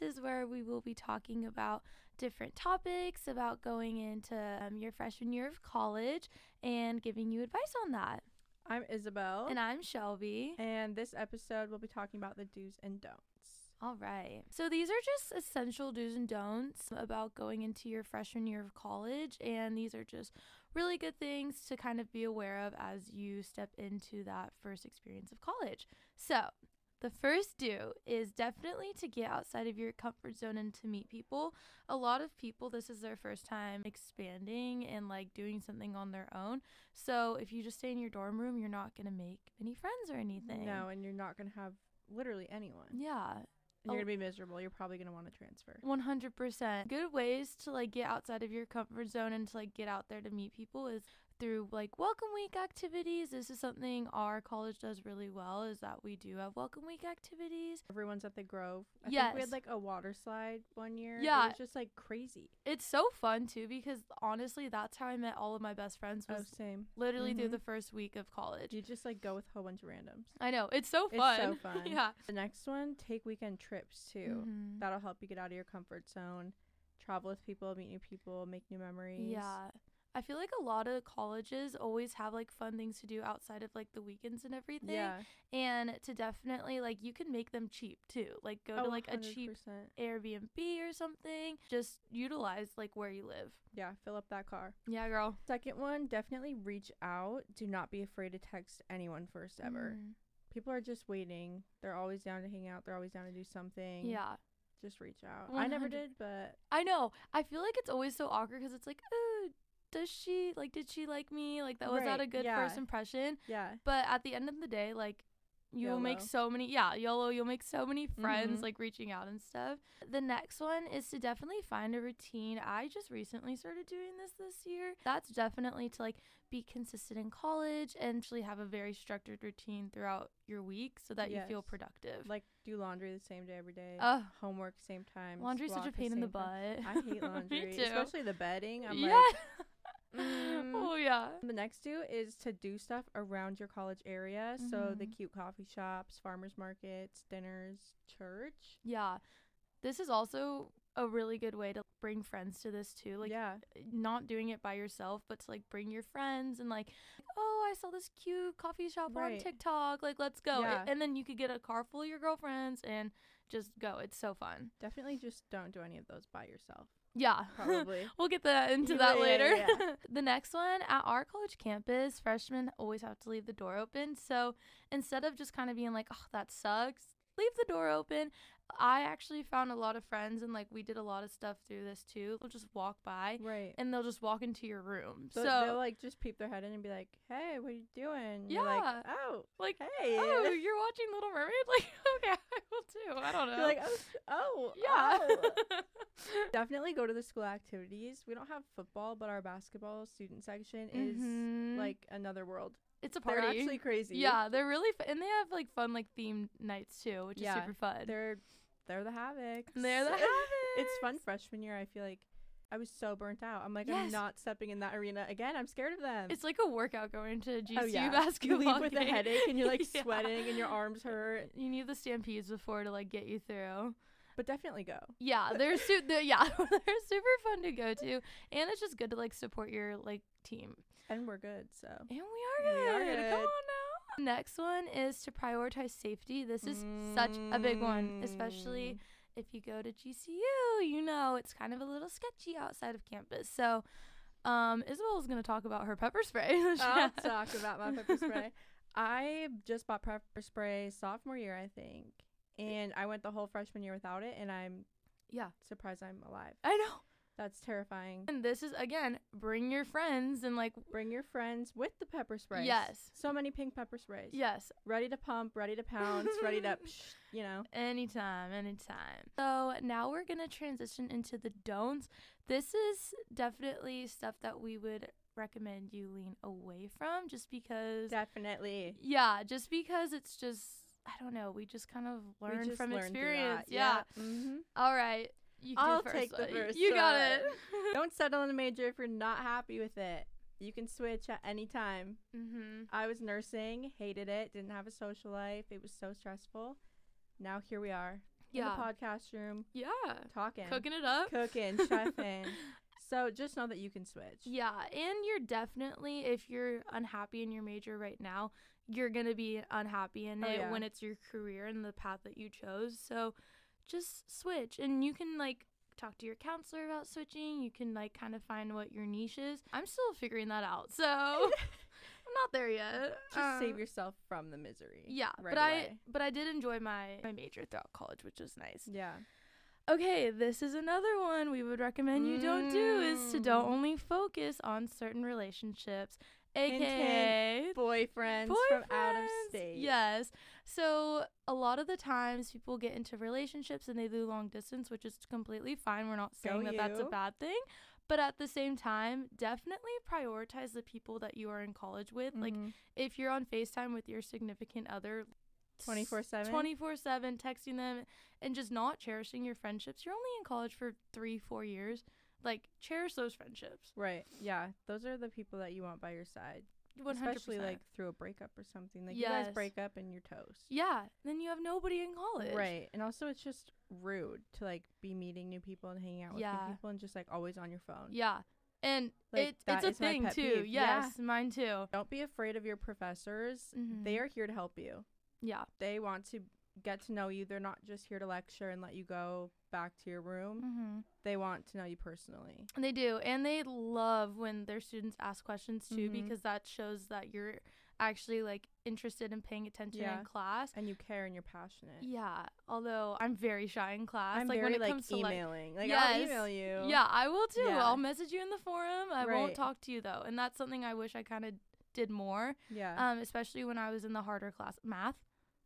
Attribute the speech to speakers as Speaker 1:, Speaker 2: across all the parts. Speaker 1: is where we will be talking about different topics, about going into um, your freshman year of college, and giving you advice on that.
Speaker 2: I'm Isabel.
Speaker 1: And I'm Shelby.
Speaker 2: And this episode, we'll be talking about the do's and don'ts.
Speaker 1: All right. So these are just essential do's and don'ts about going into your freshman year of college. And these are just really good things to kind of be aware of as you step into that first experience of college. So the first do is definitely to get outside of your comfort zone and to meet people. A lot of people, this is their first time expanding and like doing something on their own. So if you just stay in your dorm room, you're not going to make any friends or anything.
Speaker 2: No, and you're not going to have literally anyone.
Speaker 1: Yeah. Oh.
Speaker 2: And you're going to be miserable. You're probably going to want to transfer.
Speaker 1: 100%. Good ways to like get outside of your comfort zone and to like get out there to meet people is through like welcome week activities. This is something our college does really well is that we do have welcome week activities.
Speaker 2: Everyone's at the Grove. I think we
Speaker 1: Yes.
Speaker 2: had like a water slide one year. It
Speaker 1: Yeah.
Speaker 2: was just like crazy.
Speaker 1: It's so fun too because honestly that's how I met all of my best friends
Speaker 2: Oh,
Speaker 1: was
Speaker 2: same.
Speaker 1: literally through
Speaker 2: Mhm.
Speaker 1: the first week of college.
Speaker 2: You just like go with a whole bunch of randoms.
Speaker 1: I know. It's so
Speaker 2: It's so
Speaker 1: fun.
Speaker 2: fun.
Speaker 1: yeah.
Speaker 2: The next one, take weekend trips too.
Speaker 1: Mhm.
Speaker 2: That'll help you get out of your comfort zone, travel with people, meet new people, make new memories.
Speaker 1: Yeah. I feel like a lot of colleges always have like fun things to do outside of like the weekends and everything.
Speaker 2: Yeah.
Speaker 1: And to definitely like you can make them cheap too. Like go
Speaker 2: Oh,
Speaker 1: to like a cheap
Speaker 2: 100%.
Speaker 1: Airbnb or something. Just utilize like where you live.
Speaker 2: Yeah, fill up that car.
Speaker 1: Yeah, girl.
Speaker 2: Second one, definitely reach out. Do not be afraid to text anyone first ever.
Speaker 1: Mm.
Speaker 2: People are just waiting. They're always down to hang out. They're always down to do something.
Speaker 1: Yeah.
Speaker 2: Just reach out. I never
Speaker 1: 100.
Speaker 2: did, but
Speaker 1: I know. I feel like it's always so awkward because it's like, oh, does she like? Did she like me? Like that was not
Speaker 2: Right,
Speaker 1: a good
Speaker 2: yeah.
Speaker 1: first impression.
Speaker 2: yeah.
Speaker 1: But at the end of the day, like you'll make
Speaker 2: YOLO.
Speaker 1: so many yeah, YOLO, you'll make so many friends
Speaker 2: Mhm.
Speaker 1: like reaching out and stuff. The next one is to definitely find a routine. I just recently started doing this this year. That's definitely to like be consistent in college and actually have a very structured routine throughout your week so that you feel
Speaker 2: Yes.
Speaker 1: productive.
Speaker 2: Like do laundry the same day every day.
Speaker 1: Ugh.
Speaker 2: Homework same time.
Speaker 1: Laundry's such a
Speaker 2: block
Speaker 1: pain in the
Speaker 2: same time.
Speaker 1: butt.
Speaker 2: I hate laundry,
Speaker 1: Me too.
Speaker 2: especially the bedding. I'm
Speaker 1: yeah.
Speaker 2: like, mm.
Speaker 1: Oh yeah.
Speaker 2: the next two is to do stuff around your college area. So
Speaker 1: Mm-hmm.
Speaker 2: the cute coffee shops, farmers markets, dinners, church.
Speaker 1: Yeah. This is also a really good way to bring friends to this too. Like
Speaker 2: yeah,
Speaker 1: not doing it by yourself, but to like bring your friends and like, oh, I saw this cute coffee shop on
Speaker 2: Right.
Speaker 1: TikTok. Like, let's go.
Speaker 2: Yeah.
Speaker 1: And then you could get a car full of your girlfriends and just go. It's so fun.
Speaker 2: definitely just don't do any of those by yourself.
Speaker 1: Yeah.
Speaker 2: Probably.
Speaker 1: We'll get that into
Speaker 2: Yeah,
Speaker 1: that
Speaker 2: yeah,
Speaker 1: later.
Speaker 2: yeah,
Speaker 1: the next one at our college campus, freshmen always have to leave the door open. So instead of just kind of being like, oh, that sucks, leave the door open. I actually found a lot of friends and like we did a lot of stuff through this too. We'll just walk by
Speaker 2: right.
Speaker 1: and they'll just walk into your room.
Speaker 2: So
Speaker 1: So,
Speaker 2: they'll like just peep their head in and be like, "Hey, what are you doing?" You're
Speaker 1: Yeah.
Speaker 2: like, oh,
Speaker 1: like,
Speaker 2: hey.
Speaker 1: oh, you're watching Little Mermaid? Like, okay, I will too. I don't know.
Speaker 2: You're like, oh, s- oh, oh."
Speaker 1: yeah.
Speaker 2: Definitely go to the school activities. We don't have football, but our basketball student section
Speaker 1: Mhm.
Speaker 2: is like another world.
Speaker 1: it's a
Speaker 2: Mm-hmm. They're
Speaker 1: party.
Speaker 2: actually crazy.
Speaker 1: yeah, they're really fun. And they have like fun, like themed nights too, which
Speaker 2: Yeah,
Speaker 1: is super fun.
Speaker 2: They're they're the havoc.
Speaker 1: And they're the
Speaker 2: it's fun freshman year. I feel like I was so burnt out. I'm like, I'm
Speaker 1: Yes.
Speaker 2: not stepping in that arena again. I'm scared of them.
Speaker 1: It's like a workout going to a GCU
Speaker 2: oh, yeah.
Speaker 1: basketball.
Speaker 2: You leave with a
Speaker 1: game.
Speaker 2: headache and you're like
Speaker 1: Yeah.
Speaker 2: sweating and your arms hurt.
Speaker 1: You need the stampedes before to like get you through.
Speaker 2: But definitely go.
Speaker 1: Yeah, they're su- they're, yeah, they're super fun to go to, and it's just good to like support your like team.
Speaker 2: And we're good. So
Speaker 1: And we are
Speaker 2: We
Speaker 1: good.
Speaker 2: are
Speaker 1: Come
Speaker 2: good.
Speaker 1: on now. Next one is to prioritize safety. This is such a big one,
Speaker 2: Mm.
Speaker 1: especially if you go to GCU. You know, it's kind of a little sketchy outside of campus. So, um, Isabel is going to talk about her pepper spray.
Speaker 2: I'll talk about my pepper spray. I just bought pepper spray sophomore year, I think, and I went the whole freshman year without it, and I'm
Speaker 1: Yeah.
Speaker 2: surprised I'm alive.
Speaker 1: I know.
Speaker 2: That's terrifying.
Speaker 1: And this is again, bring your friends and like,
Speaker 2: Bring your friends with the pepper sprays.
Speaker 1: Yes.
Speaker 2: So many pink pepper sprays.
Speaker 1: yes,
Speaker 2: ready to pump, ready to pounce, ready to, psh, you know.
Speaker 1: Anytime, anytime. So now we're gonna transition into the don'ts. This is definitely stuff that we would recommend you lean away from just because
Speaker 2: Definitely.
Speaker 1: Yeah, just because it's just I don't know, we just kind of
Speaker 2: We
Speaker 1: learn
Speaker 2: just
Speaker 1: from
Speaker 2: learned through
Speaker 1: experience.
Speaker 2: that.
Speaker 1: Yeah.
Speaker 2: hmm
Speaker 1: All right. You can
Speaker 2: I'll
Speaker 1: do the
Speaker 2: take
Speaker 1: first
Speaker 2: the
Speaker 1: one.
Speaker 2: first
Speaker 1: You got
Speaker 2: one.
Speaker 1: it.
Speaker 2: Don't settle in a major if you're not happy with it. You can switch at any time.
Speaker 1: mm-hmm.
Speaker 2: I was nursing, hated it, didn't have a social life. It was so stressful. Now here we are. in
Speaker 1: Yeah.
Speaker 2: the podcast room
Speaker 1: Yeah.
Speaker 2: talking,
Speaker 1: Cooking it up.
Speaker 2: cooking, chefing. So just know that you can switch.
Speaker 1: Yeah, and you're definitely if you're unhappy in your major right now, you're gonna be unhappy in
Speaker 2: Oh,
Speaker 1: it
Speaker 2: yeah.
Speaker 1: when it's your career and the path that you chose. So just switch, and you can like talk to your counselor about switching. You can like kind of find what your niche is. I'm still figuring that out, so I'm not there yet.
Speaker 2: Just save
Speaker 1: Um,
Speaker 2: yourself from the misery.
Speaker 1: yeah,
Speaker 2: right
Speaker 1: but I
Speaker 2: away.
Speaker 1: but I did enjoy my my major throughout college, which was nice.
Speaker 2: Yeah.
Speaker 1: Okay, this is another one we would recommend you don't do is to don't
Speaker 2: Mm.
Speaker 1: only focus on certain relationships, aka
Speaker 2: Boyfriends, from out of
Speaker 1: boyfriends.
Speaker 2: state.
Speaker 1: Yes. So a lot of the times people get into relationships and they do long distance, which is completely fine. We're not saying that that's a
Speaker 2: you.
Speaker 1: bad thing. But at the same time, definitely prioritize the people that you are in college with. Like
Speaker 2: Mhm.
Speaker 1: if you're on FaceTime with your significant other
Speaker 2: 24/7?
Speaker 1: 24 7 texting them and just not cherishing your friendships you're only in college for three four years like cherish those friendships
Speaker 2: Right. Yeah. Those are the people that you want by your side.
Speaker 1: 100%
Speaker 2: Especially like through a breakup or something. Like you
Speaker 1: Yes.
Speaker 2: guys break up and you're toast.
Speaker 1: yeah then you have nobody in college
Speaker 2: Right. And also it's just rude to like be meeting new people and hanging out with
Speaker 1: Yeah.
Speaker 2: new people and just like always on your phone.
Speaker 1: yeah and
Speaker 2: Like,
Speaker 1: it,
Speaker 2: that
Speaker 1: it's a
Speaker 2: is my
Speaker 1: thing
Speaker 2: pet
Speaker 1: too
Speaker 2: peeve. Yeah.
Speaker 1: yes mine too
Speaker 2: Don't be afraid of your professors.
Speaker 1: Mm-hmm.
Speaker 2: They are here to help you.
Speaker 1: yeah
Speaker 2: They want to get to know you. They're not just here to lecture and let you go back to your room.
Speaker 1: mm-hmm.
Speaker 2: They want to know you personally.
Speaker 1: They do, and they love when their students ask questions too,
Speaker 2: Mhm.
Speaker 1: because that shows that you're actually like interested in paying attention
Speaker 2: Yeah.
Speaker 1: in class.
Speaker 2: And you care and you're passionate.
Speaker 1: Yeah, although I'm very shy in class.
Speaker 2: I'm
Speaker 1: like
Speaker 2: very
Speaker 1: when it
Speaker 2: like
Speaker 1: comes to like,
Speaker 2: emailing. Like I'll
Speaker 1: Yes.
Speaker 2: email you.
Speaker 1: yeah, I will too.
Speaker 2: Yeah.
Speaker 1: I'll message you in the forum. I won't
Speaker 2: Right.
Speaker 1: talk to you though, and that's something I wish I kind of did more,
Speaker 2: Yeah.
Speaker 1: um, especially when I was in the harder class, math.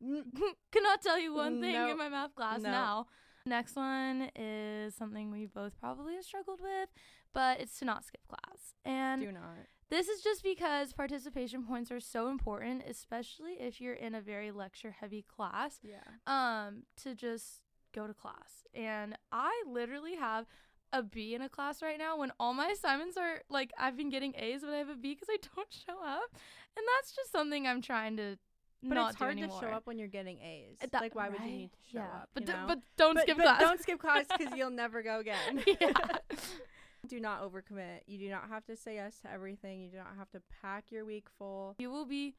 Speaker 1: Uh,
Speaker 2: Mm,
Speaker 1: Cannot tell you one thing
Speaker 2: No.
Speaker 1: in my math class
Speaker 2: No.
Speaker 1: now. Next one is something we both probably have struggled with, but it's to not skip class. And
Speaker 2: do not.
Speaker 1: this is just because participation points are so important, especially if you're in a very lecture heavy class,
Speaker 2: Yeah.
Speaker 1: um, to just go to class. And I literally have a B in a class right now when all my assignments are like I've been getting A's, but I have a B because I don't show up. And that's just something I'm trying to
Speaker 2: But
Speaker 1: not
Speaker 2: it's
Speaker 1: do
Speaker 2: hard
Speaker 1: anymore.
Speaker 2: to show up when you're getting A's.
Speaker 1: Uh, that-
Speaker 2: like, why would
Speaker 1: right?
Speaker 2: you need to show
Speaker 1: Yeah.
Speaker 2: up?
Speaker 1: But d-
Speaker 2: you know?
Speaker 1: but don't
Speaker 2: But-
Speaker 1: skip
Speaker 2: but
Speaker 1: class.
Speaker 2: Don't skip class because you'll never go again.
Speaker 1: yeah.
Speaker 2: do not overcommit. You do not have to say yes to everything. You do not have to pack your week full.
Speaker 1: You will be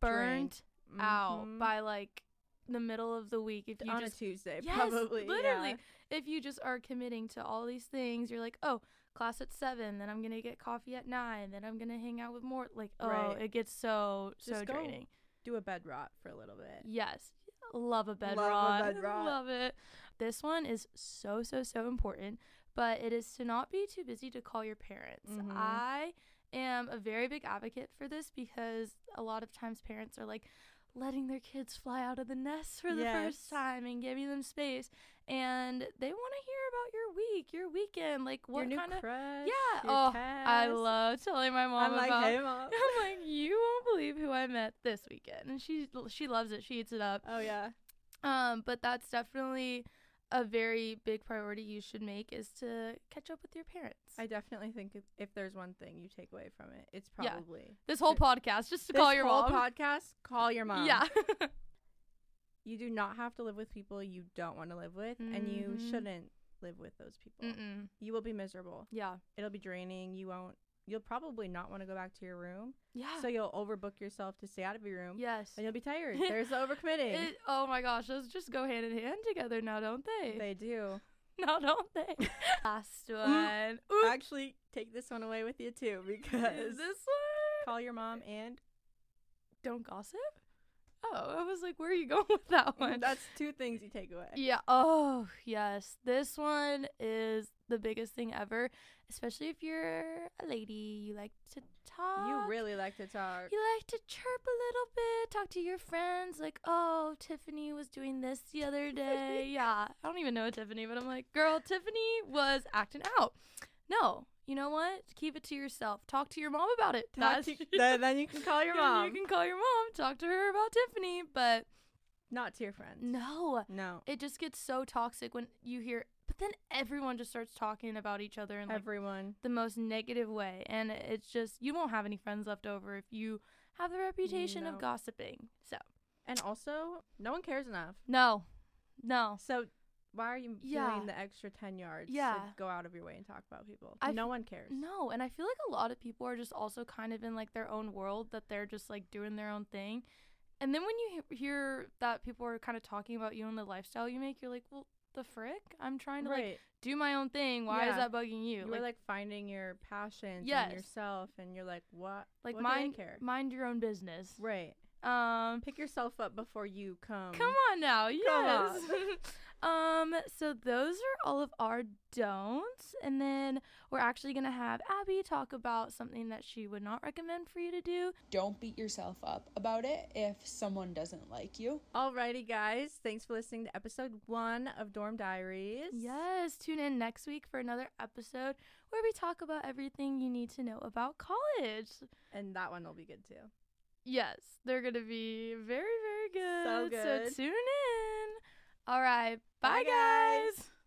Speaker 1: burned out
Speaker 2: Mhm.
Speaker 1: by like the middle of the week if you
Speaker 2: on
Speaker 1: just
Speaker 2: a Tuesday,
Speaker 1: Yes,
Speaker 2: probably.
Speaker 1: Literally,
Speaker 2: yeah.
Speaker 1: if you just are committing to all these things, you're like, oh, class at seven, then I'm gonna get coffee at nine, then I'm gonna hang out with more. Like, oh,
Speaker 2: Right.
Speaker 1: it gets so so
Speaker 2: Just go
Speaker 1: draining.
Speaker 2: do a bed rot for a little bit.
Speaker 1: Yes, love a bed
Speaker 2: Love a
Speaker 1: rod.
Speaker 2: bed rot.
Speaker 1: love it. This one is so so so important, but it is to not be too busy to call your parents.
Speaker 2: Mhm.
Speaker 1: I am a very big advocate for this because a lot of times parents are like letting their kids fly out of the nest for the
Speaker 2: Yes.
Speaker 1: first time and giving them space and they want to hear about your week, your weekend, like what
Speaker 2: your new
Speaker 1: kind of
Speaker 2: crush.
Speaker 1: Yeah,
Speaker 2: Your
Speaker 1: oh,
Speaker 2: test.
Speaker 1: I love telling my mom
Speaker 2: I'm like,
Speaker 1: about
Speaker 2: hey, mom.
Speaker 1: I'm like, you won't believe who I met this weekend, and she she loves it. She eats it up.
Speaker 2: oh yeah.
Speaker 1: Um, but that's definitely a very big priority you should make is to catch up with your parents.
Speaker 2: I definitely think if, if there's one thing you take away from it, it's
Speaker 1: Yeah.
Speaker 2: probably
Speaker 1: this whole podcast just to
Speaker 2: This
Speaker 1: call your
Speaker 2: whole
Speaker 1: mom.
Speaker 2: podcast. Call your mom.
Speaker 1: Yeah.
Speaker 2: you do not have to live with people you don't want to live with, and you
Speaker 1: Mhm.
Speaker 2: shouldn't live with those people.
Speaker 1: Mm-mm.
Speaker 2: You will be miserable.
Speaker 1: Yeah.
Speaker 2: It'll be draining. You won't. You'll probably not want to go back to your room,
Speaker 1: Yeah.
Speaker 2: so you'll overbook yourself to stay out of your room,
Speaker 1: Ah. yes.
Speaker 2: and you'll be tired. There's the overcommitting.
Speaker 1: It, oh my gosh, those just go hand in hand together now, don't they?
Speaker 2: they do.
Speaker 1: now, don't they? Last one. Ooh,
Speaker 2: Actually, take this one away with you too, because
Speaker 1: is this one?
Speaker 2: call your mom and
Speaker 1: Don't gossip. Oh, I was like, where are you going with that one?
Speaker 2: that's two things you take away.
Speaker 1: Yeah. Oh, yes. This one is the biggest thing ever, especially if you're a lady. You like to talk.
Speaker 2: You really like to talk.
Speaker 1: You like to chirp a little bit, talk to your friends, like, oh, Tiffany was doing this the other day. yeah. I don't even know Tiffany, but I'm like, girl, Tiffany was acting out. No, you know what? Keep it to yourself. Talk to your mom about it.
Speaker 2: Talk to- then, then you can call your
Speaker 1: Yeah,
Speaker 2: mom,
Speaker 1: You can call your mom, talk to her about Tiffany, but
Speaker 2: not to your friends.
Speaker 1: no
Speaker 2: no.
Speaker 1: it just gets so toxic when you hear but then everyone just starts talking about each other in like
Speaker 2: Everyone.
Speaker 1: the most negative way and it's just you won't have any friends left over if you have the reputation
Speaker 2: No.
Speaker 1: of gossiping so
Speaker 2: And also, no one cares enough.
Speaker 1: no No.
Speaker 2: So why are you
Speaker 1: Yeah.
Speaker 2: doing the extra 10 yards
Speaker 1: Yeah.
Speaker 2: to go out of your way and talk about people?
Speaker 1: I
Speaker 2: no one cares.
Speaker 1: No, and I feel like a lot of people are just also kind of in like their own world that they're just like doing their own thing. And then when you he- hear that people are kind of talking about you and the lifestyle you make, you're like, well, the frick? I'm trying to like
Speaker 2: Right.
Speaker 1: do my own thing. Why is
Speaker 2: Yeah.
Speaker 1: that bugging you?
Speaker 2: You're
Speaker 1: like,
Speaker 2: like, finding your passions
Speaker 1: Yes.
Speaker 2: and yourself, and you're like, what?
Speaker 1: like
Speaker 2: what
Speaker 1: mind
Speaker 2: do they care?
Speaker 1: mind your own business.
Speaker 2: right.
Speaker 1: Um,
Speaker 2: Pick yourself up before you come.
Speaker 1: Come on now, yes.
Speaker 2: Um, on.
Speaker 1: um, so those are all of our don'ts, and then we're actually gonna have Abby talk about something that she would not recommend for you to do.
Speaker 3: Don't beat yourself up about it if someone doesn't like you.
Speaker 2: Alrighty, guys. Thanks for listening to episode one of Dorm Diaries.
Speaker 1: Yes, tune in next week for another episode where we talk about everything you need to know about college.
Speaker 2: And that one will be good too.
Speaker 1: Yes, they're gonna be very, very
Speaker 2: So
Speaker 1: good.
Speaker 2: good.
Speaker 1: tune in. All right, bye,
Speaker 2: Bye, guys.
Speaker 1: guys.